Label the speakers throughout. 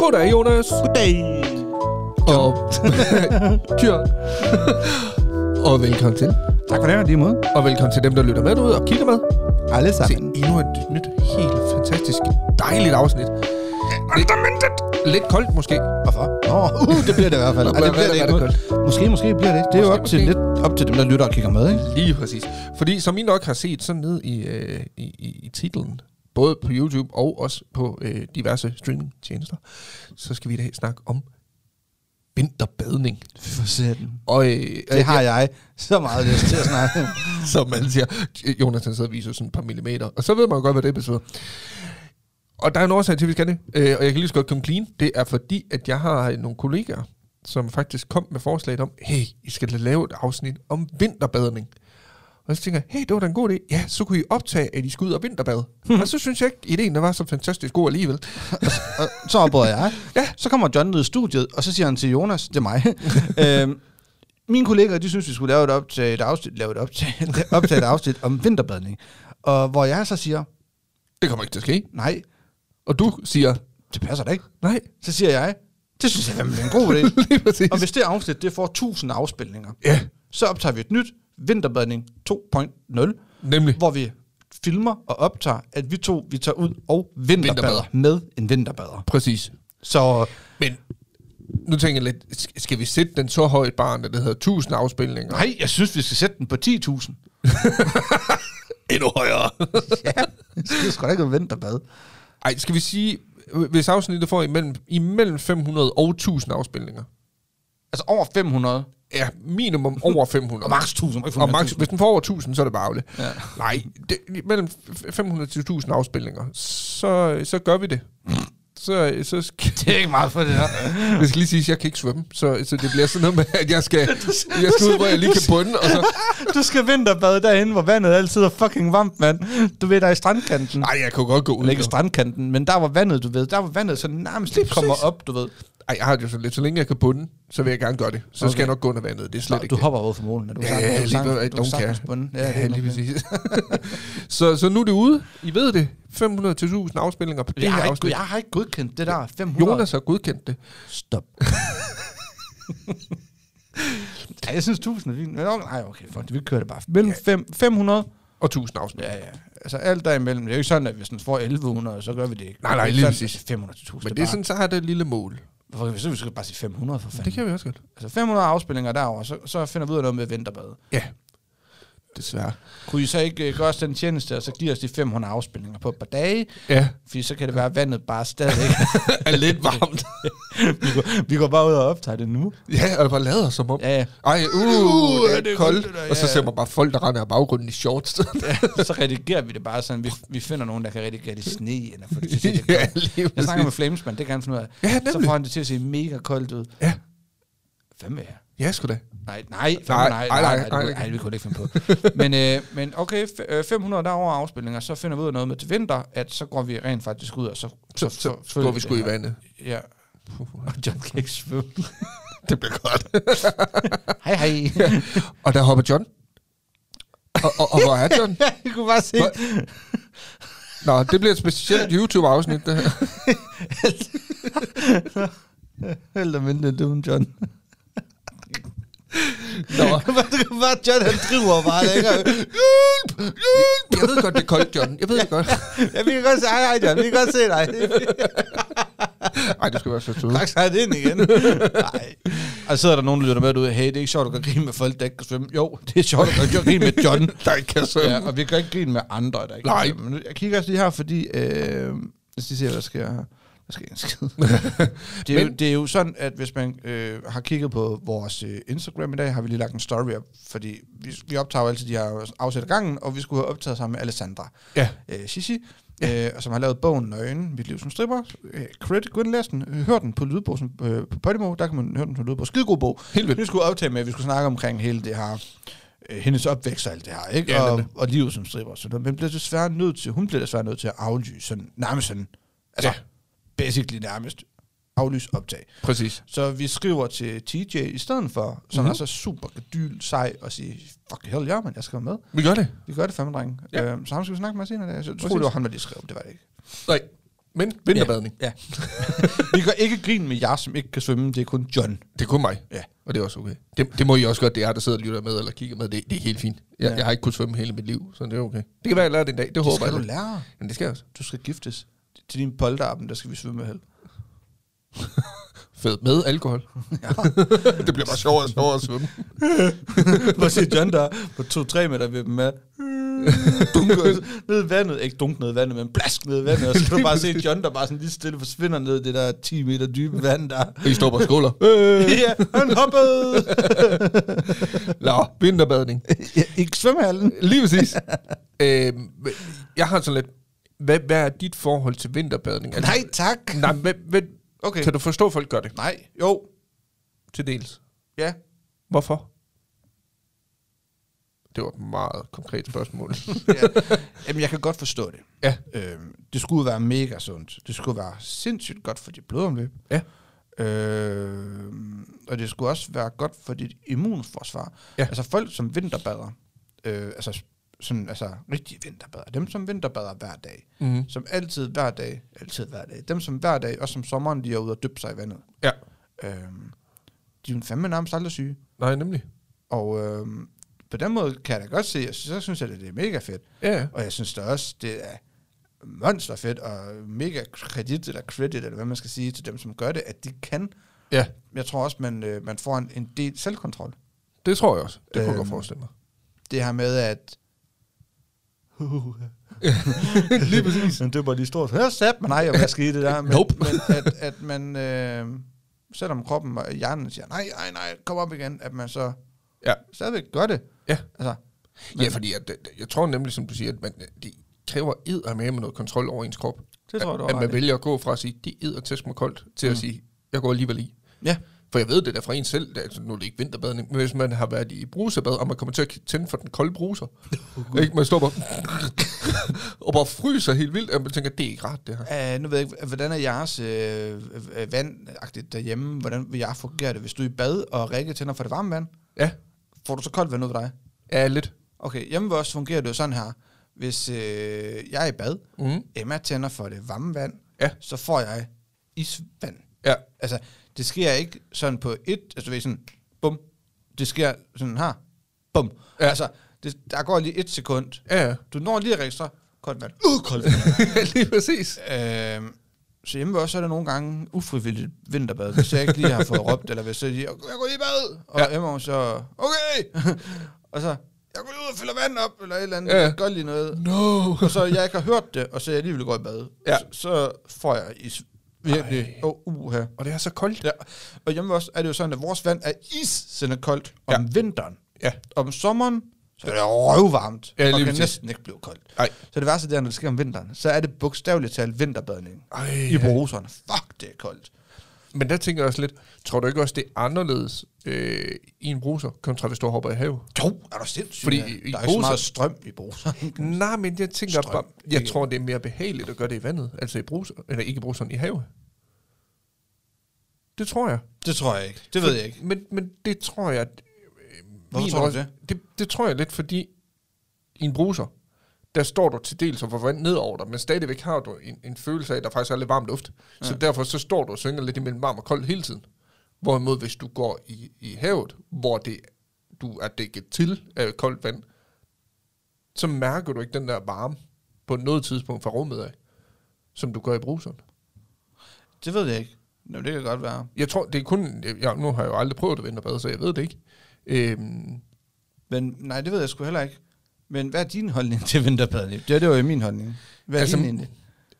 Speaker 1: Goddag, Jonas.
Speaker 2: Goddag.
Speaker 1: Og Bjørn. og velkommen til.
Speaker 2: Tak for det, og lige måde.
Speaker 1: Og velkommen til dem, der lytter med derude og kigger med.
Speaker 2: Alle
Speaker 1: Til
Speaker 2: sammen.
Speaker 1: endnu et nyt, helt fantastisk, dejligt afsnit. Lidt, lidt koldt måske.
Speaker 2: Hvorfor? Nå, uh, det bliver det i hvert fald.
Speaker 1: Nå,
Speaker 2: Ej, det bliver det
Speaker 1: hvad er
Speaker 2: ikke.
Speaker 1: det
Speaker 2: Måske, måske bliver det. Det er jo
Speaker 1: Måske,
Speaker 2: op til,
Speaker 1: måske.
Speaker 2: lidt op til dem, der lytter og kigger med, ikke?
Speaker 1: Lige præcis. Fordi som I nok har set, så ned i, øh, i, i, i titlen, både på YouTube og også på øh, diverse streamingtjenester, så skal vi i dag snakke om vinterbadning.
Speaker 2: For satan.
Speaker 1: Og, øh,
Speaker 2: Det har jeg så meget lyst til at snakke om.
Speaker 1: som man siger. Jonas han sidder og viser sådan et par millimeter. Og så ved man jo godt, hvad det betyder. Og der er en årsag til, at vi skal det. Øh, og jeg kan lige så godt komme clean. Det er fordi, at jeg har nogle kollegaer, som faktisk kom med forslaget om, hey, I skal da lave et afsnit om vinterbadning. Og så tænker jeg, hey, det var da en god idé. Ja, så kunne I optage, at I skulle ud og vinterbade.
Speaker 2: Hmm.
Speaker 1: og så synes jeg ikke, ideen der var så fantastisk god alligevel.
Speaker 2: Og så opbrød jeg.
Speaker 1: Ja.
Speaker 2: Så kommer John ned i studiet, og så siger han til Jonas, det er mig. øhm, mine kollegaer, de synes, vi skulle lave et optag, et afsnit, lave et optag, optage et afsnit om vinterbadning. Og hvor jeg så siger,
Speaker 1: Det kommer ikke til at ske.
Speaker 2: nej,
Speaker 1: Og du siger,
Speaker 2: det passer da ikke.
Speaker 1: nej,
Speaker 2: Så siger jeg, det synes jeg fandme er en god idé.
Speaker 1: lige præcis.
Speaker 2: Og hvis det afsnit, det får 1000 afspilninger,
Speaker 1: Ja,
Speaker 2: så optager vi et nyt vinterbadning 2.0,
Speaker 1: nemlig.
Speaker 2: hvor vi filmer og optager, at vi to vi tager ud og vinterbader,
Speaker 1: Vinterbader.
Speaker 2: med en vinterbader.
Speaker 1: Præcis.
Speaker 2: Så
Speaker 1: Men nu tænker jeg lidt, sk- skal vi sætte den så højt barn, at det hedder 1000 afspilninger?
Speaker 2: nej, jeg synes, vi skal sætte den på 10.000.
Speaker 1: endnu højere.
Speaker 2: ja, det skal da ikke være vinterbad.
Speaker 1: Ej, skal vi sige, hvis afsnittet får imellem, imellem 500 og 1000 afspilninger?
Speaker 2: Altså over 500.
Speaker 1: Ja, minimum over 500.
Speaker 2: Og maks 1000.
Speaker 1: Og max, hvis den får over 1000, så er det bare ærgerligt.
Speaker 2: Ja.
Speaker 1: Nej, det, mellem f- 500 til 1000 afspilninger, så, så gør vi det. Så, så skal,
Speaker 2: Det er ikke meget for det her.
Speaker 1: jeg skal lige sige, at jeg kan ikke svømme, så, så det bliver sådan noget med, at jeg skal, jeg skal ud, hvor jeg lige kan bunde, og så...
Speaker 2: du skal vinterbade derhen, hvor vandet altid er fucking varmt, mand. Du ved, der er i strandkanten.
Speaker 1: Nej, jeg kunne godt gå ud.
Speaker 2: Eller ikke
Speaker 1: jo.
Speaker 2: strandkanten, men der var vandet, du ved. Der var vandet, så nærmest
Speaker 1: Lige
Speaker 2: det kommer
Speaker 1: præcis.
Speaker 2: op, du ved.
Speaker 1: Ej, jeg har det jo sådan lidt. Så længe jeg kan bunde, så vil jeg gerne gøre det. Så okay.
Speaker 2: Okay.
Speaker 1: skal jeg nok gå under vandet. Det er slet
Speaker 2: Nå,
Speaker 1: ikke
Speaker 2: du
Speaker 1: det.
Speaker 2: hopper over for målen, er du
Speaker 1: Ja,
Speaker 2: sang-
Speaker 1: ja,
Speaker 2: du
Speaker 1: lige
Speaker 2: sang-
Speaker 1: ved-
Speaker 2: du
Speaker 1: don't
Speaker 2: sang-
Speaker 1: care.
Speaker 2: bunden. Ja,
Speaker 1: Ja,
Speaker 2: det
Speaker 1: ja
Speaker 2: er
Speaker 1: lige
Speaker 2: nok det.
Speaker 1: præcis. så, så nu er det ude. I ved det. 500.000 afspillinger på det
Speaker 2: Jeg
Speaker 1: her
Speaker 2: har, ikke,
Speaker 1: afsnit.
Speaker 2: jeg har ikke godkendt det der 500.
Speaker 1: Jonas har godkendt det.
Speaker 2: stop. ja, jeg synes 1000 er fint. Men, okay, nej, okay, fuck det, vi kører det bare. Mellem fem, 500,
Speaker 1: Og 1000 afspillinger.
Speaker 2: ja, ja. Altså alt derimellem. Det er jo ikke sådan, at hvis den får 1100, så gør vi det ikke.
Speaker 1: Nej, nej,
Speaker 2: Det er
Speaker 1: lige
Speaker 2: sådan,
Speaker 1: præcis.
Speaker 2: at 500 til 1000.
Speaker 1: Men det er sådan, så har det et lille mål.
Speaker 2: Hvorfor kan vi så vi skal bare sige 500 for fanden?
Speaker 1: Det kan vi også godt.
Speaker 2: Altså 500 afspillinger derover, så, så finder vi ud af noget med vinterbad.
Speaker 1: Ja. Desværre.
Speaker 2: Kunne I så ikke øh, gøre os den tjeneste, og så give os de 500 afspillinger på et par dage?
Speaker 1: Ja.
Speaker 2: Fordi så kan det være, at vandet bare stadig
Speaker 1: er lidt varmt.
Speaker 2: vi, går, vi går bare ud og optager det nu.
Speaker 1: ja, og bare lader som om.
Speaker 2: Ja, ja.
Speaker 1: Ej, uh,
Speaker 2: Uh,
Speaker 1: det er,
Speaker 2: det
Speaker 1: koldt.
Speaker 2: er koldt, det der,
Speaker 1: Og så
Speaker 2: ja.
Speaker 1: ser man bare folk, der render af baggrunden i shorts.
Speaker 2: så redigerer vi det bare sådan. Vi, vi finder nogen, der kan redigere det i sne. Eller for det, til at se det
Speaker 1: ja,
Speaker 2: koldt.
Speaker 1: lige
Speaker 2: jeg
Speaker 1: præcis.
Speaker 2: snakker med Flamesman, det kan han finde ud af.
Speaker 1: Ja,
Speaker 2: så
Speaker 1: nemlig.
Speaker 2: får han det til at se mega koldt ud.
Speaker 1: Ja.
Speaker 2: Hvem er jeg?
Speaker 1: Ja, sgu da.
Speaker 2: Nej, nej, nej, nej, nej, nej, nej, nej, nej, vi kunne ikke finde på. men, øh, men okay, f- øh, 500 derovre afspilninger, så finder vi ud af noget med til vinter, at så går vi rent faktisk ud, og så...
Speaker 1: Så, så, så
Speaker 2: følger
Speaker 1: går vi
Speaker 2: det
Speaker 1: sgu i
Speaker 2: her.
Speaker 1: vandet.
Speaker 2: Ja. Og John kan ikke svømme.
Speaker 1: Det bliver godt.
Speaker 2: hej, hej.
Speaker 1: Og der hopper John. Og, og, og hvor er John?
Speaker 2: Jeg kunne bare se...
Speaker 1: Hvor- Nå, det bliver et specielt YouTube-afsnit, det her.
Speaker 2: Held og mindre, du en John.
Speaker 1: Nå.
Speaker 2: du kan bare, John, han driver bare, ikke?
Speaker 1: Jeg ved godt, det er koldt, John. Jeg ved det godt.
Speaker 2: Ja, vi kan godt se, hej, hej, John, vi kan godt se dig.
Speaker 1: Ej, det skal være så sødt.
Speaker 2: Tak, så det ind igen. Nej. Og så sidder der nogen, der lytter med ud, hey, det er ikke sjovt at gøre grin med folk, der ikke kan svømme. Jo, det er sjovt at gøre grin med John.
Speaker 1: Der ikke kan sømme.
Speaker 2: Ja, og vi gør ikke grin med andre, der ikke
Speaker 1: Nej.
Speaker 2: kan svømme. Men Jeg kigger også lige her, fordi... Øh, lad os lige se, hvad der sker her. Der sker en skid. det, er jo,
Speaker 1: Men-
Speaker 2: det er jo sådan, at hvis man øh, har kigget på vores øh, Instagram i dag, har vi lige lagt en story op, fordi vi, vi optager jo altid de her afsæt af gangen, og vi skulle have optaget sammen med Alessandra
Speaker 1: Ja.
Speaker 2: øh, Sissi, øh, som har lavet bogen Nøgen, mit liv som stripper. Øh, credit, gå ind og læs den. Øh, Hør den på lydbog, som, øh, på Podimo, der kan man høre den på lydbog. Skidegod bog.
Speaker 1: Helt vildt.
Speaker 2: Vi skulle optage med, at vi skulle snakke omkring hele det her, øh, hendes opvækst og alt det her, ikke?
Speaker 1: Ja,
Speaker 2: og,
Speaker 1: nemlig.
Speaker 2: og livet som stripper. og Sådan noget. Men bliver desværre nødt til, hun bliver desværre nødt til at aflyse sådan, nærmest sådan, altså
Speaker 1: Ja.
Speaker 2: ja. basically nærmest, aflyse optag.
Speaker 1: Præcis.
Speaker 2: Så vi skriver til TJ i stedet for, som
Speaker 1: Mhm.
Speaker 2: mm-hmm. er så super gadyl, sej, og siger, fuck hell ja, men jeg skal være med.
Speaker 1: Vi gør det.
Speaker 2: Vi gør det fandme, drenge.
Speaker 1: Ja.
Speaker 2: Ja. Øhm, så ham skal vi snakke med senere. i dag. Så jeg
Speaker 1: Præcis.
Speaker 2: troede, det var ham, der lige skrev. Det var det ikke.
Speaker 1: Nej. Men vinterbadning,
Speaker 2: Ja. Vi gør ikke grin med jer, som ikke kan svømme. Det er kun John.
Speaker 1: det er kun mig.
Speaker 2: Ja.
Speaker 1: Og det er også okay. Det, det må I også godt, det er jer, der sidder og lytter med eller kigger med. Det, det er helt fint. Jeg,
Speaker 2: Ja.
Speaker 1: ja. jeg har ikke kunnet svømme hele mit liv, så det er okay. Det kan være, jeg lærer det en dag. Det,
Speaker 2: Det
Speaker 1: håber
Speaker 2: skal
Speaker 1: jeg.
Speaker 2: du
Speaker 1: da.
Speaker 2: lære.
Speaker 1: Men det skal jeg også.
Speaker 2: Du skal giftes. Til din polterappen, der skal vi svømme med held.
Speaker 1: Fed med alkohol. det bliver bare sjovere og sjovere at svømme.
Speaker 2: Prøv at se John der er på 2-3 meter ved dem med. Dunker ned i vandet. Ikke dunk ned i vandet, men plask ned i vandet. Og så kan du bare se John, der bare sådan lige stille forsvinder ned i det der 10 meter dybe vand der.
Speaker 1: Og I står bare og skåler.
Speaker 2: ja, han hoppede.
Speaker 1: Nå, vinterbadning.
Speaker 2: ja, I svømmehallen.
Speaker 1: Lige præcis. øhm, jeg har sådan lidt... Hvad, hvad er dit forhold til vinterbadning? Altså,
Speaker 2: Nej, tak.
Speaker 1: Nej, men, men,
Speaker 2: Okay.
Speaker 1: okay. kan du forstå, at folk gør det?
Speaker 2: Nej, jo.
Speaker 1: Til dels.
Speaker 2: Ja.
Speaker 1: Hvorfor? Det var et meget konkret spørgsmål.
Speaker 2: ja. Jamen, jeg kan godt forstå det.
Speaker 1: ja.
Speaker 2: Øhm, det skulle være mega sundt. Det skulle være sindssygt godt for dit blodomløb.
Speaker 1: Ja.
Speaker 2: Øhm, og det skulle også være godt for dit immunforsvar.
Speaker 1: Ja.
Speaker 2: Altså folk, som vinterbader, øh, altså, sådan, altså rigtige vinterbader, dem som vinterbader hver dag,
Speaker 1: Mm.
Speaker 2: som altid hver dag, altid hver dag, dem som hver dag, også som sommeren, de er ude og dyppe sig i vandet.
Speaker 1: Ja.
Speaker 2: Øhm, de er jo fandme nærmest aldrig syge.
Speaker 1: Nej, nemlig.
Speaker 2: Og øhm, på den måde kan jeg da godt se, og så synes jeg, at det er mega fedt.
Speaker 1: Ja, ja.
Speaker 2: Og jeg synes da også, det er monsterfedt og mega kredit eller credit, eller hvad man skal sige til dem, som gør det, at de kan.
Speaker 1: ja.
Speaker 2: Jeg tror også, man, øh, man får en, en del selvkontrol.
Speaker 1: Det tror jeg også. Det kunne jeg godt
Speaker 2: Øhm.
Speaker 1: forestille mig.
Speaker 2: Det her med, at...
Speaker 1: Lige præcis.
Speaker 2: Men det var lige stort. Hør, sap, men nej, jeg vil ikke skide det der. Men,
Speaker 1: Nope.
Speaker 2: men at, at man, øh, selvom kroppen og hjernen siger, nej, nej, nej, kom op igen, at man så
Speaker 1: Ja.
Speaker 2: stadigvæk gør det.
Speaker 1: Ja.
Speaker 2: Altså,
Speaker 1: Ja, fordi at, at- jeg tror nemlig, som du siger, at man, det kræver ed og med noget kontrol over ens krop.
Speaker 2: det tror jeg, du
Speaker 1: at, at
Speaker 2: har
Speaker 1: man
Speaker 2: ret i.
Speaker 1: vælger at gå fra at sige, det æder tæsk mig koldt, til mm.
Speaker 2: Mm.
Speaker 1: at sige, jeg går alligevel i.
Speaker 2: Ja.
Speaker 1: For jeg ved det der fra en selv, det er, altså, nu er det ikke vinterbadning, men hvis man har været i brusebad, og man kommer til at tænde for den kolde bruser, oh, ikke? man står bare og bare fryser helt vildt, og man tænker, det er ikke rart det her.
Speaker 2: Uh, nu ved jeg ikke, hvordan er jeres øh, øh, vandagtigt derhjemme? Hvordan vil jeg fungere det, hvis du er i bad og Rikke tænder for det varme vand?
Speaker 1: Ja,
Speaker 2: Får du så koldt vand ud af dig?
Speaker 1: ja lidt.
Speaker 2: Okay, hjemme ved os fungerer det jo sådan her. Hvis øh, jeg er i bad,
Speaker 1: Mm.
Speaker 2: Emma tænder for det varme vand,
Speaker 1: Ja.
Speaker 2: så får jeg isvand.
Speaker 1: Ja,
Speaker 2: Altså, det sker ikke sådan på et, altså du ved sådan, bum. Det sker sådan her, bum. Ja.
Speaker 1: Ja.
Speaker 2: Altså, det, der går lige et sekund.
Speaker 1: ja, ja.
Speaker 2: Du når lige at registrere koldt vand. Uh, koldt vand.
Speaker 1: lige præcis.
Speaker 2: Øhm, så hjemme ved os er der nogle gange ufrivilligt vinterbad, hvis jeg ikke lige har fået råbt, eller hvis jeg lige, jeg går lige i bad, og ja.
Speaker 1: Ja.
Speaker 2: Emma hun så, okay, og så, jeg går lige ud og fylder vand op, eller et eller andet, ja.
Speaker 1: Ja.
Speaker 2: jeg gør lige noget,
Speaker 1: No.
Speaker 2: og så jeg ikke har hørt det, og så jeg alligevel går i bad,
Speaker 1: Ja.
Speaker 2: så, så får jeg is, virkelig, åh, oh, her.
Speaker 1: Og det er så koldt.
Speaker 2: Ja. Og hjemme ved os er det jo sådan, at vores vand er isende koldt om ja. vinteren.
Speaker 1: Ja.
Speaker 2: Om sommeren, så er det røvvarmt,
Speaker 1: Ja, lige
Speaker 2: og kan
Speaker 1: præcis.
Speaker 2: næsten ikke blive koldt.
Speaker 1: Nej.
Speaker 2: Så det værste der, når det sker om vinteren, så er det bogstaveligt talt vinterbadning
Speaker 1: Ej,
Speaker 2: i bruseren. Fuck, det er koldt.
Speaker 1: Men der tænker jeg også lidt, tror du ikke også, det er anderledes øh, i en bruser, kontra hvis du hopper i havet?
Speaker 2: Jo, er du sindssyg?
Speaker 1: Fordi
Speaker 2: mand?
Speaker 1: i- i
Speaker 2: der er ikke så meget
Speaker 1: bruseren-
Speaker 2: strøm i bruseren.
Speaker 1: Nej, men jeg tænker
Speaker 2: Strøm.
Speaker 1: bare, jeg tror, det er mere behageligt at gøre det i vandet, altså i bruser, eller ikke i bruseren, i havet. Det tror jeg.
Speaker 2: det tror jeg ikke. Det ved jeg ikke.
Speaker 1: Men, men det tror jeg... at, øh,
Speaker 2: Hvorfor
Speaker 1: min
Speaker 2: tror du
Speaker 1: også- det? Det tror jeg lidt, fordi i en bruser, der står du til dels og får vand ned over dig, men stadigvæk har du en, en følelse af, at der faktisk er lidt varm luft. Ja. Så derfor så står du og synger lidt imellem varm og kold hele tiden. Hvorimod hvis du går i, i havet, hvor det, du er dækket til af koldt vand, så mærker du ikke den der varme på noget tidspunkt fra rummet af, som du gør i bruseren.
Speaker 2: Det ved jeg ikke. Jamen, det kan godt være.
Speaker 1: Jeg tror, det er kun... Jeg, nu har jeg jo aldrig prøvet at vinterbade, så jeg ved det ikke. Øhm,
Speaker 2: Men nej, det ved jeg sgu heller ikke. Men hvad er din holdning til vinterbadning? Det, det var jo min holdning. Hvad er altså,
Speaker 1: Altså,
Speaker 2: din egentlig?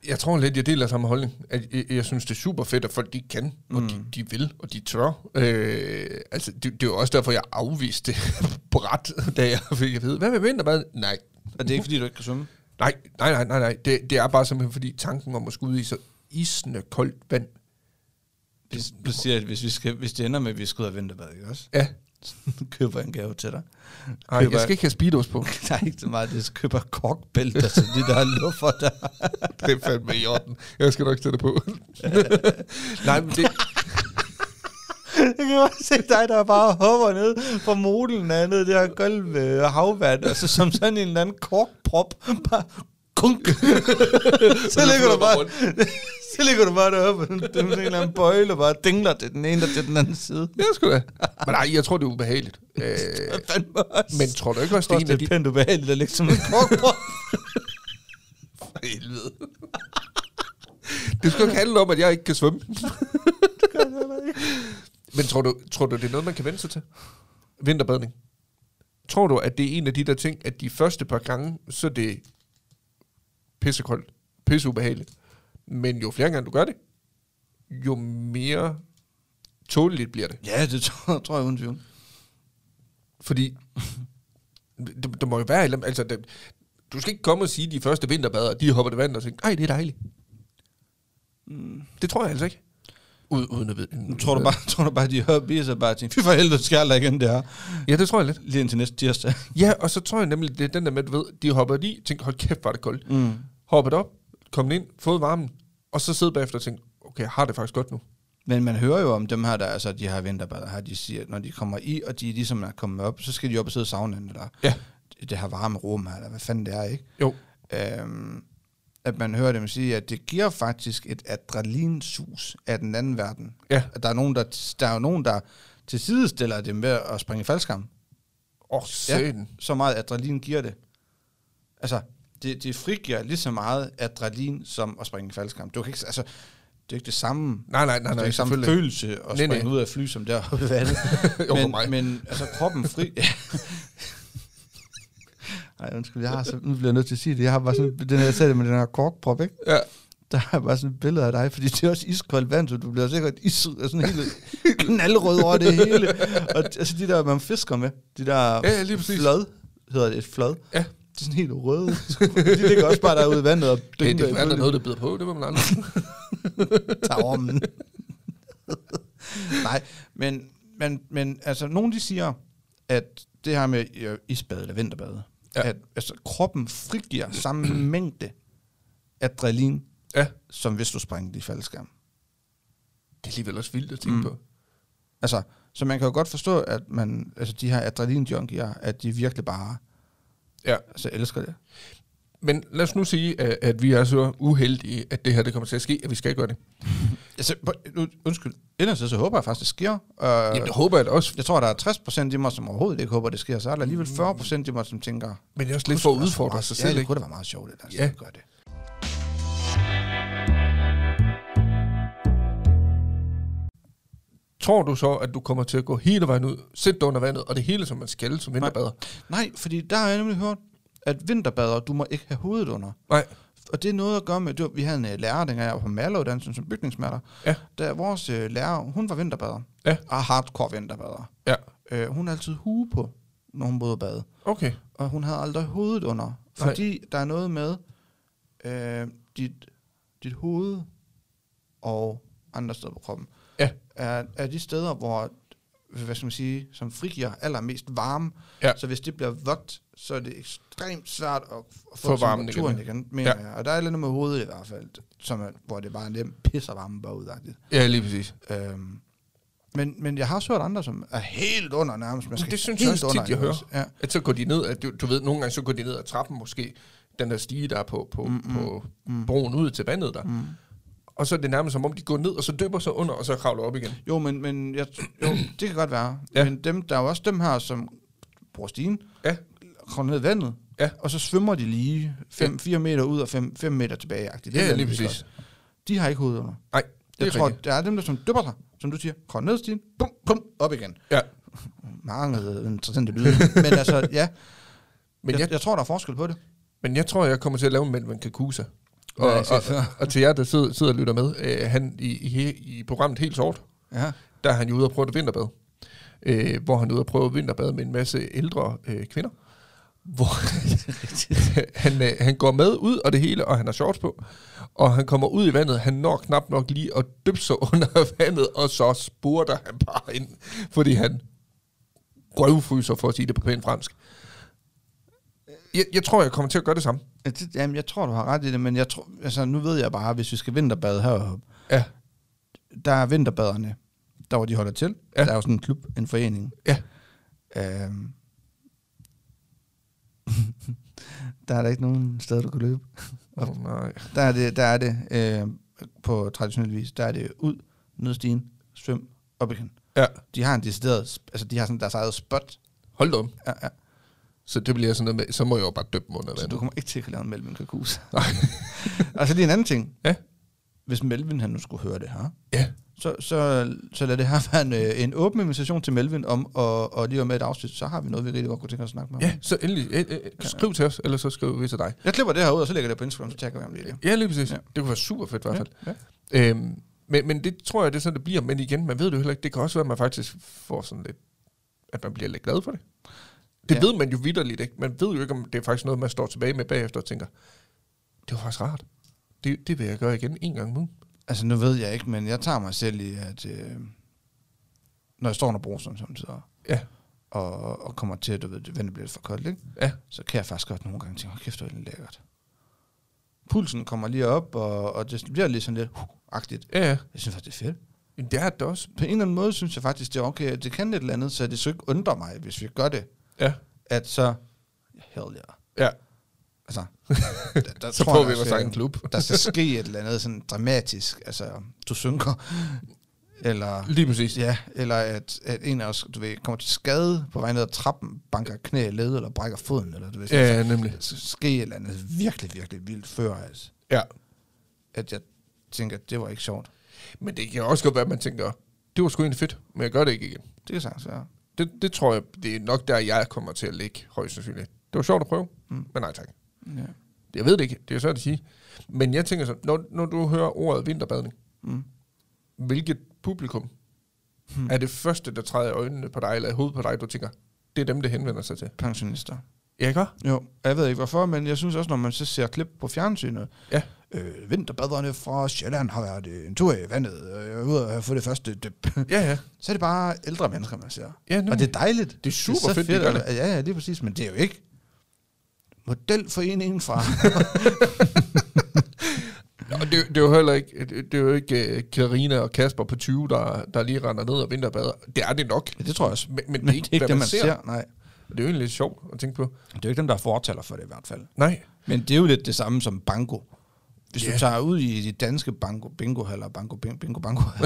Speaker 1: Jeg tror lidt, jeg deler samme holdning. At jeg, jeg synes, det er super fedt, at folk de kan, og
Speaker 2: Mm.
Speaker 1: mm. de, de vil, og de tør. Øh, altså, det, det er jo også derfor, jeg afviste det bræt, da jeg fik at vide, hvad med vinterbad? Nej,
Speaker 2: Og det er ikke, fordi du ikke kan svømme?
Speaker 1: nej, nej, nej, nej. nej. Det, det er bare simpelthen, fordi tanken om at skulle ud i så isende koldt vand.
Speaker 2: Hvis, du siger, at hvis, vi skal, hvis det ender med, at vi skal ud og vinterbad, ikke også?
Speaker 1: Ja,
Speaker 2: køber jeg en gave til dig.
Speaker 1: nej,
Speaker 2: Køber-
Speaker 1: jeg skal ikke have speedos på.
Speaker 2: Der er ikke så meget, det så køber jeg korkbælter til de der luffer der.
Speaker 1: Det er fandme i orden. Jeg skal nok sætte det på. nej, men det,
Speaker 2: Jeg kan bare se dig, der bare hopper ned fra altså modulen af ned i det her gulv øh, havvand, og så som sådan en eller anden korkprop, bare skunk. så ligger du bare... så ligger du bare deroppe, og det er sådan en eller anden bøjle, og bare dingler til den ene og til den anden side.
Speaker 1: Ja, sgu da. Men nej, jeg tror, det er ubehageligt. Øh,
Speaker 2: Hvad fanden var også?
Speaker 1: men tror du ikke også,
Speaker 2: det
Speaker 1: det er en af
Speaker 2: er også
Speaker 1: de...
Speaker 2: lidt pænt ubehageligt at ligge som en korkbrød. For helvede.
Speaker 1: Det skal jo ikke handle om, at jeg ikke kan svømme. men tror du, tror du, det er noget, man kan vende sig til? Vinterbadning. Tror du, at det er en af de der ting, at de første par gange, så er det pissekoldt, pisseubehageligt. Men jo flere gange du gør det, jo mere tåleligt bliver det.
Speaker 2: Ja, det tror, tror jeg uden tvivl.
Speaker 1: Fordi der, der må jo være et eller andet- altså, der, du skal ikke komme og sige, at de første vinterbader, de hopper det vand og tænker, nej, det er dejligt. Mm. Det tror jeg altså ikke. Ud, uden at vide.
Speaker 2: Nu tror du bare, tror du bare de hører bier, så bare tænker, fy for helvede, skal jeg aldrig igen det her.
Speaker 1: Ja, det tror jeg lidt.
Speaker 2: Lige indtil næste tirsdag.
Speaker 1: Ja, og så tror jeg nemlig, det er den der med, du ved, de hopper lige, tænker, hold kæft, var det koldt.
Speaker 2: Mm.
Speaker 1: Hoppet op, kommet ind, fået varmen, og så sidde bagefter og tænke, okay, jeg har det faktisk godt nu.
Speaker 2: Men man hører jo om dem her, der altså, de her vinterbader her, de siger, at når de kommer i, og de ligesom er kommet op, så skal de op og sidde i saunaen, eller
Speaker 1: Ja.
Speaker 2: det her varme rum her, eller hvad fanden det er, ikke?
Speaker 1: Jo.
Speaker 2: Øhm, at man hører dem sige, at det giver faktisk et adrenalinsus af den anden verden.
Speaker 1: Ja.
Speaker 2: At der er nogen, der, der er jo nogen, der tilsidestiller dem ved at springe i faldskærm.
Speaker 1: Åh, ja.
Speaker 2: Så meget adrenalin giver det. Altså, det, det frigiver lige så meget adrenalin som at springe i faldskærm. Du kan ikke, altså, det er ikke det samme
Speaker 1: Nej, nej, nej,
Speaker 2: det er
Speaker 1: nej,
Speaker 2: ikke samme
Speaker 1: selvfølgelig.
Speaker 2: følelse at
Speaker 1: Nej,
Speaker 2: springe
Speaker 1: nej.
Speaker 2: ud af et fly, som der i vandet.
Speaker 1: Jo, for
Speaker 2: men,
Speaker 1: mig.
Speaker 2: men altså kroppen fri... Nej, undskyld, jeg har så, nu bliver jeg nødt til at sige det. Jeg har bare sådan, den her, jeg sagde det med den her korkprop, ikke?
Speaker 1: Ja.
Speaker 2: Der har jeg bare sådan et billede af dig, fordi det er også iskoldt vand, så du bliver sikkert is, og sådan helt knaldrød over det hele. Og d- altså de der, man fisker med, de der
Speaker 1: Ja, ja, lige præcis.
Speaker 2: flod, hedder det et flod.
Speaker 1: Ja.
Speaker 2: De er sådan helt røde. De ligger også bare derude i vandet og
Speaker 1: Det,
Speaker 2: dingler
Speaker 1: det,
Speaker 2: i
Speaker 1: det er der
Speaker 2: bølgen
Speaker 1: noget, der bider på, det var man aldrig.
Speaker 2: tager ormen. Nej, men, men, men altså, nogen de siger, at det her med øh, isbad eller vinterbade,
Speaker 1: Ja.
Speaker 2: ja. at altså, kroppen frigiver samme mængde adrenalin,
Speaker 1: ja.
Speaker 2: som hvis du sprængte i faldskærm.
Speaker 1: Det er alligevel også vildt at tænke mm.
Speaker 2: Mm.
Speaker 1: på.
Speaker 2: Altså, så man kan jo godt forstå, at man, altså, de her adrenalin-junkier, at de virkelig bare
Speaker 1: Ja.
Speaker 2: altså, elsker det.
Speaker 1: Men lad os nu sige, at, at vi er så uheldige, at det her det kommer til at ske, at vi skal gøre det.
Speaker 2: Altså, på- nu- undskyld, ellers så håber jeg faktisk, det sker. Øh,
Speaker 1: Jamen, det håber jeg da også,
Speaker 2: jeg tror, der er 60% i mig, som overhovedet ikke håber, det sker. Så er der alligevel 40% i mig, som tænker,
Speaker 1: men det er også lidt
Speaker 2: altså,
Speaker 1: for at udfordre sig selv.
Speaker 2: Ja, det
Speaker 1: Ikke?
Speaker 2: kunne da være meget sjovt, at
Speaker 1: Ja.
Speaker 2: ja. gør det.
Speaker 1: Tror du så, at du kommer til at gå hele vejen ud, sætte dig under vandet, og det hele, som man skal som vinterbader?
Speaker 2: Nej, fordi der har jeg nemlig hørt, at vinterbader, du må ikke have hovedet under.
Speaker 1: Nej.
Speaker 2: Og det er noget at gøre med, det var, vi havde en øh, lærer, dengang jeg var på Malådansen som bygningsmaler.
Speaker 1: Ja.
Speaker 2: Der, vores øh, lærer, hun var vinterbader.
Speaker 1: Ja.
Speaker 2: Og hardcore vinterbader.
Speaker 1: Ja,
Speaker 2: Øh, hun havde altid hue på, når hun både bade.
Speaker 1: okay.
Speaker 2: Og hun havde aldrig hovedet under. Fordi Nej. der er noget med øh, dit, dit hoved og andre steder på kroppen.
Speaker 1: Ja.
Speaker 2: er, er de steder, hvor, hvad skal man sige, som frigiver allermest varme.
Speaker 1: Ja.
Speaker 2: Så hvis det bliver vådt, så er det ekstremt svært at, f- at
Speaker 1: Få
Speaker 2: få
Speaker 1: varmen
Speaker 2: varmen igen. igen mener
Speaker 1: Ja.
Speaker 2: ja. jeg. Og der er lidt med hovedet i hvert fald, som er, hvor det bare er nemt pisser varmen bare ud.
Speaker 1: Ja, lige præcis.
Speaker 2: Øhm, men, men jeg har også hørt andre, som er helt under nærmest. Man
Speaker 1: det synes jeg
Speaker 2: helt
Speaker 1: også tit, jeg
Speaker 2: ikke
Speaker 1: hører.
Speaker 2: også? Ja.
Speaker 1: At så går de ned, at du, du ved, nogle gange så går de ned ad trappen måske, den der stige, der er på, på, mm, på mm. broen ud til vandet der. Mm. Og så er det nærmest som om, de går ned, og så døber sig under, og så kravler op igen.
Speaker 2: Jo, men, men jeg, jo, det kan godt være.
Speaker 1: Ja.
Speaker 2: Ja. Men dem, der er jo også dem her, som bruger stigen,
Speaker 1: Ja.
Speaker 2: kommer ned i vandet,
Speaker 1: Ja.
Speaker 2: og så svømmer de lige 4 meter ud og 5 meter tilbage. Det
Speaker 1: Ja,
Speaker 2: er
Speaker 1: lige
Speaker 2: vanvittigt
Speaker 1: præcis.
Speaker 2: godt. De har ikke hovedet under.
Speaker 1: Nej, det
Speaker 2: Jeg
Speaker 1: er
Speaker 2: tror,
Speaker 1: rigtigt.
Speaker 2: rigtigt. der er dem, der som dypper sig, som du siger, kommer ned i stigen, bum, bum, op igen.
Speaker 1: Ja.
Speaker 2: Mange øh, interessante lyde. men altså, ja,
Speaker 1: Men
Speaker 2: men
Speaker 1: jeg-
Speaker 2: jeg, jeg, jeg, tror, der er forskel på det.
Speaker 1: Men jeg tror, jeg kommer til at lave en mand, man kan kuse. Og,
Speaker 2: Nej,
Speaker 1: og, og,
Speaker 2: så-
Speaker 1: og til jer, der sidder, sidder og lytter med, øh, han i, i, he- i programmet Helt Sort,
Speaker 2: Ja.
Speaker 1: der er han jo ude og prøve et vinterbad. Øh, hvor han er ude og prøve vinterbad med en masse ældre øh, kvinder. Hvor han, øh, han går med ud og det hele, og han har shorts på. Og han kommer ud i vandet, han når knap nok lige at dyppe sig under vandet, og så spurter han bare ind, fordi han røvfryser, for at sige det på pænt fransk. Jeg, jeg tror, jeg kommer til at gøre det samme.
Speaker 2: Ja, det- Jamen, jeg tror, du har ret i det, men jeg tror, altså, nu ved jeg bare, hvis vi skal vinterbade heroppe,
Speaker 1: Ja.
Speaker 2: der er vinterbaderne, der hvor de holder til.
Speaker 1: Ja.
Speaker 2: Ja. Der er jo sådan en klub, en Øhm. forening.
Speaker 1: Ja.
Speaker 2: Øhm. der er der ikke nogen steder, du kan løbe.
Speaker 1: Åh, oh, nej.
Speaker 2: Der er det, der er det øh, på traditionel vis, der er det ud, ned stigen, svøm, op igen.
Speaker 1: Ja.
Speaker 2: De har en decideret, sp- altså de har sådan deres eget spot.
Speaker 1: Hold da om.
Speaker 2: Ja, ja.
Speaker 1: Så det bliver sådan noget med, så må jeg jo bare døbe dem under
Speaker 2: Så
Speaker 1: vandet.
Speaker 2: du kommer ikke til at kunne lave en Melvin Kakus.
Speaker 1: Nej.
Speaker 2: og så lige en anden ting.
Speaker 1: Ja.
Speaker 2: Hvis Melvin han nu skulle høre det her,
Speaker 1: Ja.
Speaker 2: så, så, så lad det her være en, øh, en åben invitation til Melvin om, og, og lige om et afsnit, så har vi noget, vi rigtig godt kunne tænke os at snakke med ham.
Speaker 1: Ja, så endelig. Øh, øh, skriv til os, eller så skriver vi til dig.
Speaker 2: Jeg klipper det her ud, og så lægger jeg det på Instagram, så tjekker vi om det.
Speaker 1: Ja, lige præcis.
Speaker 2: Ja.
Speaker 1: Ja. Det kunne være super fedt i hvert fald.
Speaker 2: Ja.
Speaker 1: Ja. Øhm, men, men det tror jeg, det er sådan, det bliver. Men igen, man ved det jo heller ikke. Det kan også være, at man faktisk får sådan lidt, at man bliver lidt glad for det. Det
Speaker 2: Ja.
Speaker 1: ja. ved man jo vidderligt ikke. Man ved jo ikke, om det er faktisk noget, man står tilbage med bagefter og tænker, det var faktisk rart. Det, det vil jeg gøre igen en gang om ugen.
Speaker 2: Altså, nu ved jeg ikke, men jeg tager mig selv i, at øh, når jeg står under bruseren samtidig,
Speaker 1: Ja.
Speaker 2: og, og kommer til, at du ved, vandet bliver lidt for koldt, ikke?
Speaker 1: Ja.
Speaker 2: så kan jeg faktisk godt nogle gange tænke, "Hold kæft, det er lækkert. Pulsen kommer lige op, og, og det bliver lige sådan lidt huh, agtigt.
Speaker 1: Ja, ja.
Speaker 2: Jeg synes faktisk, det er fedt.
Speaker 1: Men det er det også.
Speaker 2: På en eller anden måde synes jeg faktisk, det er okay, at det kan et eller andet, så det så ikke undrer mig, hvis vi gør det,
Speaker 1: Ja.
Speaker 2: at så, hell yeah.
Speaker 1: Ja.
Speaker 2: Altså, der, der
Speaker 1: Så
Speaker 2: tror
Speaker 1: får
Speaker 2: jeg
Speaker 1: vi
Speaker 2: også,
Speaker 1: vores
Speaker 2: jeg-
Speaker 1: egen klub.
Speaker 2: der skal ske et eller andet sådan dramatisk. Altså, du synker. Eller,
Speaker 1: Lige præcis.
Speaker 2: ja, eller at, at en af os du ved, kommer til skade på vej ned ad trappen, banker knæ i led, eller brækker foden, eller du ved,
Speaker 1: Ja,
Speaker 2: sådan-
Speaker 1: ja nemlig.
Speaker 2: der skal ske et eller andet virkelig, virkelig vildt før, altså,
Speaker 1: Ja.
Speaker 2: at jeg tænker, at det var ikke sjovt.
Speaker 1: Men det kan også godt være, at man tænker, det var sgu egentlig fedt, men jeg gør det ikke igen.
Speaker 2: Det kan sagtens være.
Speaker 1: Det, det tror jeg, det er nok der, jeg kommer til at ligge højst sandsynligt. Det var sjovt at prøve,
Speaker 2: Mm.
Speaker 1: mm. men nej tak.
Speaker 2: Ja.
Speaker 1: Jeg ved det ikke, det er svært at sige. Men jeg tænker så, når, når du hører ordet vinterbadning,
Speaker 2: Mm.
Speaker 1: hvilket publikum
Speaker 2: Hmm.
Speaker 1: hmm. er det første, der træder i øjnene på dig, eller i hovedet på dig, du tænker, det er dem, det henvender sig til?
Speaker 2: Pensionister.
Speaker 1: Ja, ikke også?
Speaker 2: Jo, og jeg ved ikke hvorfor, men jeg synes også, når man så ser klip på fjernsynet,
Speaker 1: Ja.
Speaker 2: øh, vinterbaderne fra Sjælland har været øh, en tur i vandet, og jeg er ude og få det første dyb.
Speaker 1: Ja, ja.
Speaker 2: så er det bare ældre mennesker, man ser.
Speaker 1: ja nu,
Speaker 2: Og det er dejligt.
Speaker 1: det er super
Speaker 2: så
Speaker 1: fedt, de gør
Speaker 2: at- Ja, ja, lige præcis, men det er jo ikke modelforeningen fra...
Speaker 1: Og det, det er jo heller ikke, det er jo ikke øh, Karina og Kasper på 20, der, der lige render ned og vinterbader. Det er det nok.
Speaker 2: ja, det tror jeg også.
Speaker 1: Men, men, men det er ikke, det, hvad man, ser. ser.
Speaker 2: Nej,
Speaker 1: Det er jo egentlig lidt sjovt at tænke på.
Speaker 2: det er jo ikke dem, der er fortaler for det i hvert fald.
Speaker 1: Nej,
Speaker 2: Men det er jo lidt det samme som banko. Hvis yeah.
Speaker 1: Ja.
Speaker 2: du tager ud i de danske banko, bingo eller banko, bingo, bingo, banko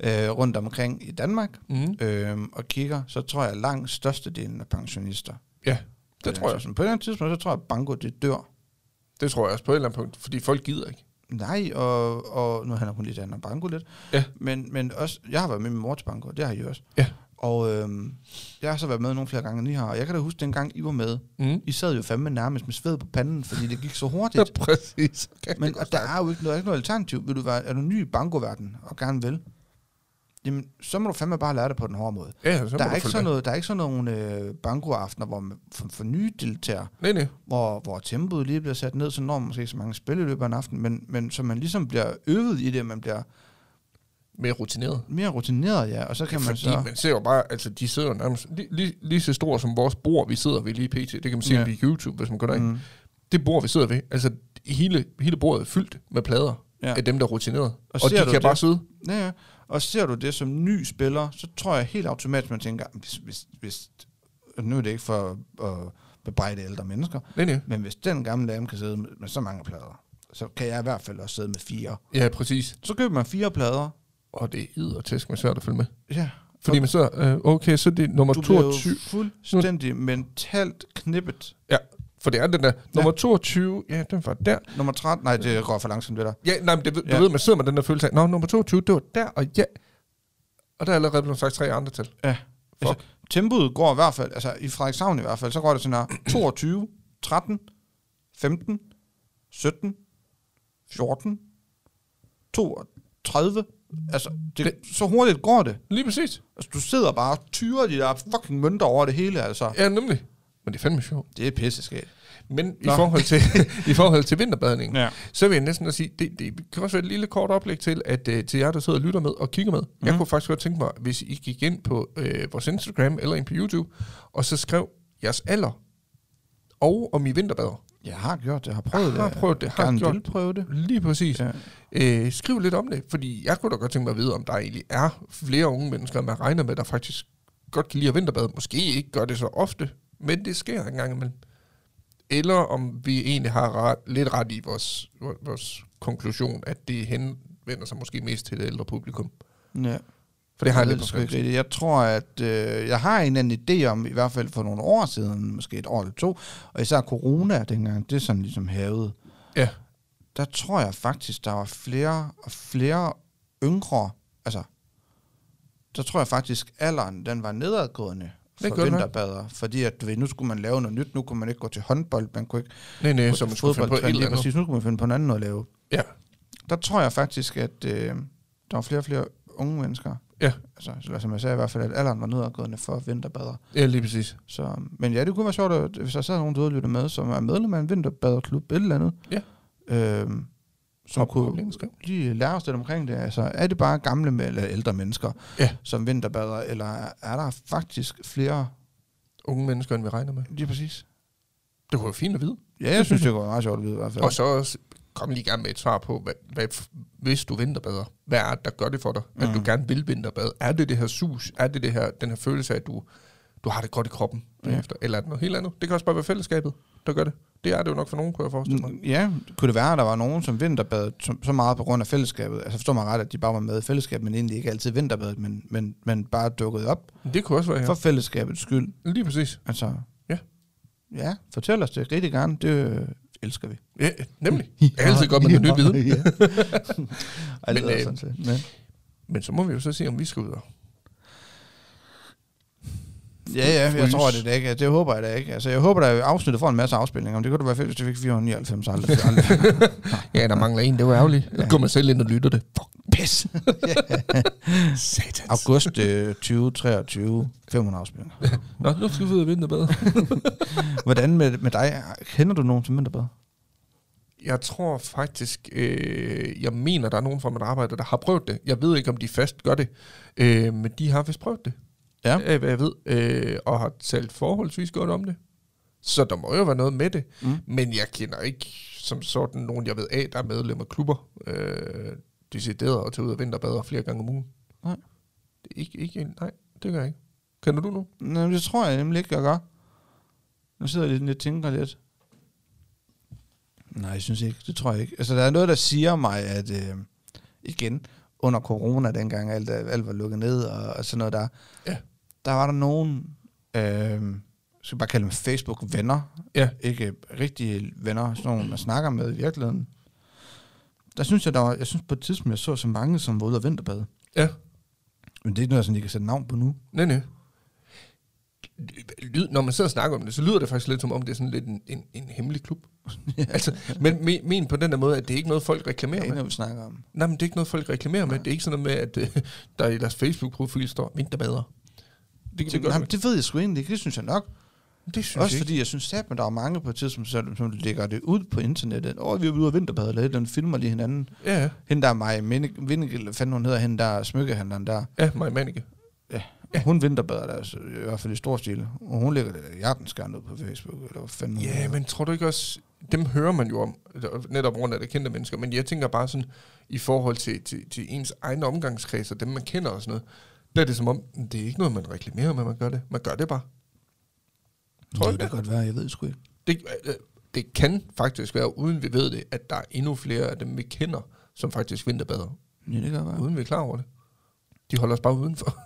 Speaker 2: ja. øh, rundt omkring i Danmark
Speaker 1: Mhm.
Speaker 2: øh, og kigger, så tror jeg langt størstedelen af pensionister.
Speaker 1: ja,
Speaker 2: på
Speaker 1: det
Speaker 2: den
Speaker 1: tror jeg.
Speaker 2: tidspunkt. På et eller andet tidspunkt, så tror jeg, at banko det dør.
Speaker 1: Det tror jeg også på et eller andet punkt, fordi folk gider ikke.
Speaker 2: Nej, og, og nu handler hun lidt andet om banko lidt.
Speaker 1: Ja.
Speaker 2: Men, men også, jeg har været med min mor til banko, det har I også.
Speaker 1: Ja.
Speaker 2: Og øhm, jeg har så været med nogle flere gange, end I har. Og jeg kan da huske, dengang I var med,
Speaker 1: Mm.
Speaker 2: I sad jo fandme nærmest med sved på panden, fordi det gik så
Speaker 1: Ja,
Speaker 2: hurtigt.
Speaker 1: præcis. Okay,
Speaker 2: men og der er jo ikke noget, ikke noget alternativ. Vil du være, er du ny i bankoverdenen og gerne vil, jamen, så må du fandme bare lære det på den hårde måde.
Speaker 1: ja, så må
Speaker 2: Der er,
Speaker 1: du
Speaker 2: ikke
Speaker 1: følge
Speaker 2: sådan
Speaker 1: med.
Speaker 2: noget, der er ikke sådan nogle øh, bankoaftener, hvor man for, for nye deltager,
Speaker 1: Nej, nej.
Speaker 2: hvor, hvor tempoet lige bliver sat ned, så når man måske ikke så mange spil i løbet af en aften, men, men så man ligesom bliver øvet i det, man bliver
Speaker 1: Mere rutineret.
Speaker 2: mere rutineret, ja, og så kan man
Speaker 1: Fordi
Speaker 2: så...
Speaker 1: man ser jo bare, altså de sidder jo nærmest lige, lige, lige så store som vores bord, vi sidder ved lige pt. Det kan man se
Speaker 2: Ja.
Speaker 1: ja. på YouTube, hvis man går derind. Mm. Det bord, vi sidder ved, altså hele, hele bordet er fyldt med plader
Speaker 2: Ja.
Speaker 1: ja. af dem, der er rutineret. Og, og de
Speaker 2: ser
Speaker 1: kan
Speaker 2: du det?
Speaker 1: bare sidde.
Speaker 2: Ja, ja. Og ser du det som ny spiller, så tror jeg helt automatisk, man tænker, hvis, hvis, hvis og nu er det ikke for at bebrejde ældre mennesker,
Speaker 1: Nej, nej.
Speaker 2: men hvis den gamle dame kan sidde med, med så mange plader, så kan jeg i hvert fald også sidde med fire.
Speaker 1: Ja, præcis.
Speaker 2: Så køber man fire plader.
Speaker 1: Og det er tæsk, man svært at følge med.
Speaker 2: Ja.
Speaker 1: Fordi man sidder, øh, okay, så er det nummer
Speaker 2: Du bliver jo
Speaker 1: 22.
Speaker 2: fuldstændig mentalt knippet.
Speaker 1: Ja, for det er den der. Nummer 22, ja, den var der.
Speaker 2: Nummer 13, nej, det går for langsomt, det der.
Speaker 1: Ja, nej, men det, ved- du
Speaker 2: Ja.
Speaker 1: ved, man sidder med den der følelse af, nå, nummer 22, det var der, og ja. Og der er allerede blevet sagt tre andre tal.
Speaker 2: Ja.
Speaker 1: Fuck.
Speaker 2: Altså, tempoet går i hvert fald, altså i Frederikshavn i hvert fald, så går det sådan her 22, 13, 15, 17, 14, 32. Altså, det, det. så hurtigt går det.
Speaker 1: Lige præcis.
Speaker 2: Altså, du sidder bare og tyrer de der fucking mønter over det hele, altså.
Speaker 1: Ja, nemlig. Men det er fandme sjovt.
Speaker 2: Det er pisseskægt.
Speaker 1: Men i
Speaker 2: Nå.
Speaker 1: forhold, til, i forhold til vinterbadningen, ja.
Speaker 2: Ja.
Speaker 1: så vil jeg næsten at sige, det, det kan også være et lille kort oplæg til, at øh, til jer, der sidder og lytter med og kigger med. Mm. Jeg kunne faktisk godt tænke mig, hvis I gik ind på øh, vores Instagram eller ind på YouTube, og så skrev jeres alder og om I vinterbader.
Speaker 2: Jeg har gjort det, jeg har prøvet
Speaker 1: Jeg har
Speaker 2: det.
Speaker 1: prøvet det, har
Speaker 2: gerne
Speaker 1: gjort
Speaker 2: vil prøve det.
Speaker 1: Lige præcis.
Speaker 2: Ja.
Speaker 1: Øh, skriv lidt om det, fordi jeg kunne da godt tænke mig at vide, om der egentlig er flere unge mennesker, man regner med, der faktisk godt kan lide at vinterbade. Måske ikke gør det så ofte, men det sker en gang imellem. eller om vi egentlig har ret, lidt ret i vores, vores konklusion, at det henvender sig måske mest til det ældre publikum.
Speaker 2: Ja.
Speaker 1: For det har jeg
Speaker 2: ved
Speaker 1: lidt på
Speaker 2: sgu ikke
Speaker 1: skrift.
Speaker 2: rigtigt. Jeg tror, at øh, jeg har en eller anden idé om, i hvert fald for nogle år siden, måske et år eller to, og især corona dengang, det er sådan ligesom hævet.
Speaker 1: Ja.
Speaker 2: Der tror jeg faktisk, der var flere og flere yngre, altså, der tror jeg faktisk, alderen, den var nedadgående
Speaker 1: Det
Speaker 2: for
Speaker 1: gør den, ja.
Speaker 2: vinterbader, fordi at, du ved, nu skulle man lave noget nyt, nu kunne man ikke gå til håndbold, man kunne ikke
Speaker 1: Nej, nej,
Speaker 2: gå
Speaker 1: som
Speaker 2: til
Speaker 1: Øh, skulle finde på et
Speaker 2: fodboldtræning,
Speaker 1: eller
Speaker 2: ja,
Speaker 1: andet.
Speaker 2: præcis, nu kunne man finde på en anden noget at lave.
Speaker 1: Ja.
Speaker 2: Der tror jeg faktisk, at øh, der var flere og flere unge mennesker,
Speaker 1: Ja.
Speaker 2: altså, eller som jeg sagde i hvert fald, at alderen var nedadgående for vinterbader.
Speaker 1: ja, lige præcis.
Speaker 2: Så, men ja, det kunne være sjovt, at, hvis der sidder nogen derude og lytter med, som er medlem af en vinterbaderklub eller andet,
Speaker 1: Ja.
Speaker 2: øhm, som
Speaker 1: Og
Speaker 2: kunne
Speaker 1: problemet skal-
Speaker 2: lige lære os lidt omkring det. Altså, er det bare gamle med, eller ældre mennesker,
Speaker 1: Ja.
Speaker 2: som vinterbader, eller er, er der faktisk flere?
Speaker 1: Unge mennesker, end vi regner med.
Speaker 2: Lige præcis.
Speaker 1: Det kunne være fint at vide.
Speaker 2: Ja, jeg synes, det kunne være meget sjovt at vide i hvert fald.
Speaker 1: Og så også kom lige i gang med et svar på, hvad, hvad, hvis du vinterbader, hvad er det, der gør det for dig? At du
Speaker 2: Mm.
Speaker 1: gerne vil vinterbade? Er det det her sus? Er det, det her, den her følelse af, at du, du har det godt i kroppen
Speaker 2: Ja.
Speaker 1: bagefter? Eller er det noget helt andet? Det kan også bare være fællesskabet, der gør det. Det er det jo nok for nogen, kunne jeg forestille mig.
Speaker 2: N- Mm, Ja, kunne det være, at der var nogen, som vinterbadede så, så meget på grund af fællesskabet? Altså forstår man ret, at de bare var med i fællesskabet, men egentlig ikke altid vinterbadet, men, men, men bare dukkede op
Speaker 1: Men Det kunne også være
Speaker 2: ja.
Speaker 1: her.
Speaker 2: for fællesskabets skyld.
Speaker 1: Lige præcis.
Speaker 2: Altså,
Speaker 1: Ja.
Speaker 2: Ja, fortæl os det rigtig gerne. Det øh, elsker vi.
Speaker 1: Ja, nemlig. Det er altid godt med noget nyt viden.
Speaker 2: ja. Ej,
Speaker 1: Men,
Speaker 2: det men, øh,
Speaker 1: øh,
Speaker 2: sådan set. Men,
Speaker 1: Men så må vi jo så se, om vi skal ud og...
Speaker 2: ja, ja, jeg
Speaker 1: fryse.
Speaker 2: tror det da ikke. Det håber jeg da ikke. Altså, jeg håber, at afsnittet får en masse afspilninger. Men det kunne da være fedt, hvis det fik 499 aldrig. aldrig.
Speaker 1: Ja, der mangler en, det var ærgerligt. Ja. Går man selv ind og lytter det. Fuck,
Speaker 2: Pis.
Speaker 1: satans.
Speaker 2: August øh, 2023, 500 afspilninger.
Speaker 1: Nå, nu skal vi ud og vinterbade.
Speaker 2: Hvordan med, med dig? Kender du nogen til vinterbad?
Speaker 1: Jeg tror faktisk, øh, jeg mener, der er nogen fra mit arbejde, der har prøvet det. Jeg ved ikke, om de fast gør det, øh, men de har vist prøvet det,
Speaker 2: Ja.
Speaker 1: af hvad jeg ved, øh, og har talt forholdsvis godt om det. Så der må jo være noget med det,
Speaker 2: Mm.
Speaker 1: men jeg kender ikke som sådan nogen, jeg ved af, der er medlem af klubber, øh, decideret at tage ud og vinterbader flere gange om ugen.
Speaker 2: Nej.
Speaker 1: Det er ikke, ikke, en- nej, det gør jeg ikke. Kender du nogen?
Speaker 2: Nå, men det tror jeg nemlig ikke, jeg gør. Nu sidder jeg lidt lidt og tænker lidt. Nej, jeg synes ikke. Det tror jeg ikke. Altså, der er noget, der siger mig, at øh, igen, under corona dengang, alt, er- alt var lukket ned og, og sådan noget der,
Speaker 1: Ja.
Speaker 2: der var der nogen, øh, jeg skal bare kalde dem Facebook-venner,
Speaker 1: Ja.
Speaker 2: ikke rigtige venner, sådan nogle, man snakker med i virkeligheden. Der synes jeg, der var, jeg synes på et tidspunkt, jeg så så mange, som var ude og vinterbade.
Speaker 1: Ja.
Speaker 2: Men det er ikke noget, jeg sådan, I kan sætte navn på nu.
Speaker 1: Nej, nej. Lyd, når man sidder og snakker om det, så lyder det faktisk lidt som om, det er sådan lidt en, en, en hemmelig klub. altså, men me, men på den der måde, at det er ikke noget, folk
Speaker 2: Jeg
Speaker 1: reklamerer
Speaker 2: aner,
Speaker 1: med.
Speaker 2: hvad vi snakker om.
Speaker 1: Nej, men det er ikke noget, folk reklamerer med. Det er ikke sådan noget med, at øh, der i deres Facebook-profil står vinterbader. Det kan vi godt
Speaker 2: Nej, men
Speaker 1: det,
Speaker 2: det ved jeg sgu egentlig ikke. Det synes jeg nok.
Speaker 1: det
Speaker 2: Synes
Speaker 1: synes
Speaker 2: Også
Speaker 1: jeg ikke.
Speaker 2: fordi jeg synes at der er mange på et tidspunkt, som, som lægger det ud på internettet. Åh, vi er ude og vinterbade, eller et eller andet, filmer lige hinanden.
Speaker 1: Ja, ja.
Speaker 2: Hende der er Maja Minnik- Vinnik, eller fanden hun hedder, hende der er smykkehandleren der.
Speaker 1: ja, Maja Manike.
Speaker 2: Ja. Hun vinterbader der, altså, i hvert fald i stor stil. Og hun lægger det der hjertenskærn ud på Facebook, eller hvad fanden hun
Speaker 1: Ja,
Speaker 2: hedder.
Speaker 1: men tror du ikke også, dem hører man jo om, netop rundt af det kendte mennesker, men jeg tænker bare sådan, i forhold til, til, til ens egne omgangskreds og dem, man kender og sådan noget, der er det som om, det er ikke noget, man reklamerer med, man gør det. Man gør det bare. tror
Speaker 2: det
Speaker 1: ikke
Speaker 2: kan
Speaker 1: det.
Speaker 2: godt være, jeg ved sgu ikke.
Speaker 1: Det, øh, det kan faktisk være, uden vi ved det, at der er endnu flere af dem, vi kender, som faktisk vinterbader,
Speaker 2: Ja, det kan
Speaker 1: ja.
Speaker 2: være.
Speaker 1: uden vi er klar over det. De holder os bare udenfor.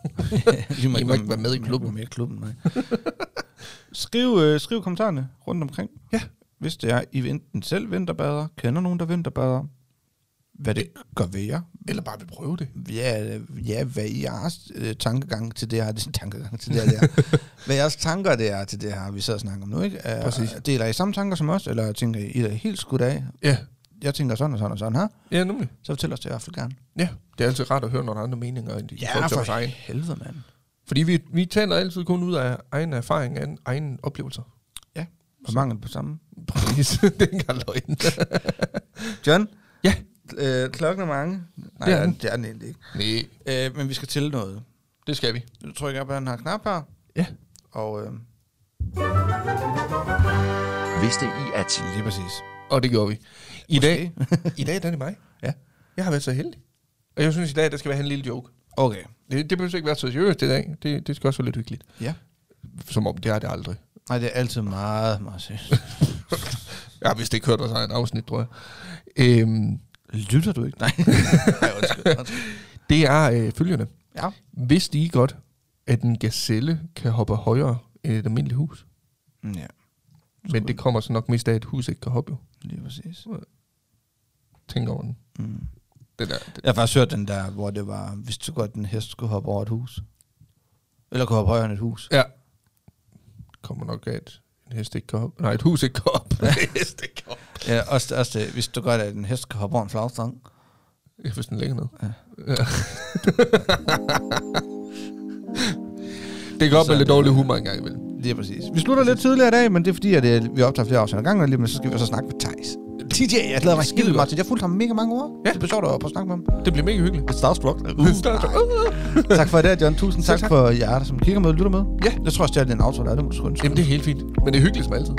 Speaker 2: de
Speaker 1: I må ikke være med i klubben.
Speaker 2: Med i klubben nej. skriv, øh, skriv kommentarerne rundt omkring.
Speaker 1: Ja.
Speaker 2: Hvis det er, I enten selv vinterbader, kender nogen, der vinterbader, hvad det gør ved jer.
Speaker 1: Eller bare vil prøve det.
Speaker 2: Ja, øh, ja hvad I jeres øh, tankegang til det her, det er tankegang til det her, det er. hvad jeres tanker det er til det her, vi sidder og snakker om nu, ikke? Er,
Speaker 1: Præcis.
Speaker 2: Deler I samme tanker som os, eller tænker I, I er helt skudt af?
Speaker 1: Ja,
Speaker 2: Jeg tænker sådan og sådan og sådan her,
Speaker 1: ja nemlig.
Speaker 2: så fortæl os det i hvert fald gerne.
Speaker 1: Ja, det er altid rart at høre nogle andre meninger, end de ja, folk, vores egen.
Speaker 2: helvede, mand.
Speaker 1: Fordi vi, vi taler altid kun ud af egen erfaring, af egen oplevelser.
Speaker 2: Og mangel på samme.
Speaker 1: Præcis, det er ikke engang løgn.
Speaker 2: John?
Speaker 1: Ja?
Speaker 2: Øh, klokken er mange.
Speaker 1: Det
Speaker 2: Nej, det
Speaker 1: er
Speaker 2: er
Speaker 1: den.
Speaker 2: den, det er den egentlig ikke.
Speaker 1: Nej,
Speaker 2: Øh, men vi skal til noget.
Speaker 1: det skal vi.
Speaker 2: Nu trykker jeg på den her knap her,
Speaker 1: Ja.
Speaker 2: og... Øh,
Speaker 3: Vidste I at...
Speaker 2: lige præcis.
Speaker 1: Og det gjorde vi. I
Speaker 2: Måske.
Speaker 1: dag, i dag der er det mig.
Speaker 2: Ja.
Speaker 1: Jeg har været så heldig. Og jeg synes i dag, der skal være en lille joke.
Speaker 2: Okay.
Speaker 1: Det, det behøver ikke være så seriøst i dag. Det, det skal også være lidt hyggeligt.
Speaker 2: Ja.
Speaker 1: Som om det er det aldrig.
Speaker 2: Nej, det er altid meget, meget seriøst.
Speaker 1: Jeg har vist ikke hørt vores egen afsnit, tror jeg. Øhm,
Speaker 2: Lytter du ikke? Nej. Nej, undskyld. undskyld.
Speaker 1: det er øh, følgende.
Speaker 2: Ja.
Speaker 1: Vidste I godt, at en gazelle kan hoppe højere end et almindeligt hus?
Speaker 2: Mm, Ja,
Speaker 1: Men det kommer så nok mest af, at et hus ikke kan hoppe. jo.
Speaker 2: lige præcis.
Speaker 1: Tænk over den.
Speaker 2: Mm.
Speaker 1: Det der, det.
Speaker 2: Jeg har faktisk hørt den der, hvor det var, hvis du godt, en hest skulle hoppe over et hus. Eller kunne hoppe højere end et hus.
Speaker 1: Ja. Kommer nok af, at en hest ikke kan hoppe. Nej, et hus ikke kan hoppe. en hest ikke kan hoppe.
Speaker 2: Ja, også, også det, hvis du godt, at en hest kan hoppe over en flagstang.
Speaker 1: Ja, hvis den ligger ned.
Speaker 2: Ja.
Speaker 1: Ja. det kan godt være lidt dårlig humor engang imellem.
Speaker 2: Lige præcis. Vi slutter lidt tidligere i dag, men det er fordi, at øh, vi optager flere afsnit ad gangen, og lige men så skal vi så snakke med Thijs. TJ, jeg glæder mig
Speaker 1: Skide
Speaker 2: helt
Speaker 1: godt.
Speaker 2: meget til. Jeg fulgte ham mega mange år.
Speaker 1: Ja.
Speaker 2: Det blev sjovt at at snakke med ham.
Speaker 1: Det bliver mega hyggeligt.
Speaker 2: Lidt starstruck.
Speaker 1: Starstruck.
Speaker 2: nej. tak for i dag, John. Tusind tak,
Speaker 1: tak.
Speaker 2: tak, for jer, som kigger med og lytter med.
Speaker 1: Ja.
Speaker 2: Jeg tror også, det er lidt en aftale, der er det, må du sgu ønske.
Speaker 1: Jamen, det er helt fint. Men det er hyggeligt som altid.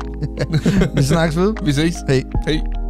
Speaker 2: Vi snakkes ved.
Speaker 1: Vi ses.
Speaker 2: Hej.
Speaker 1: Hej.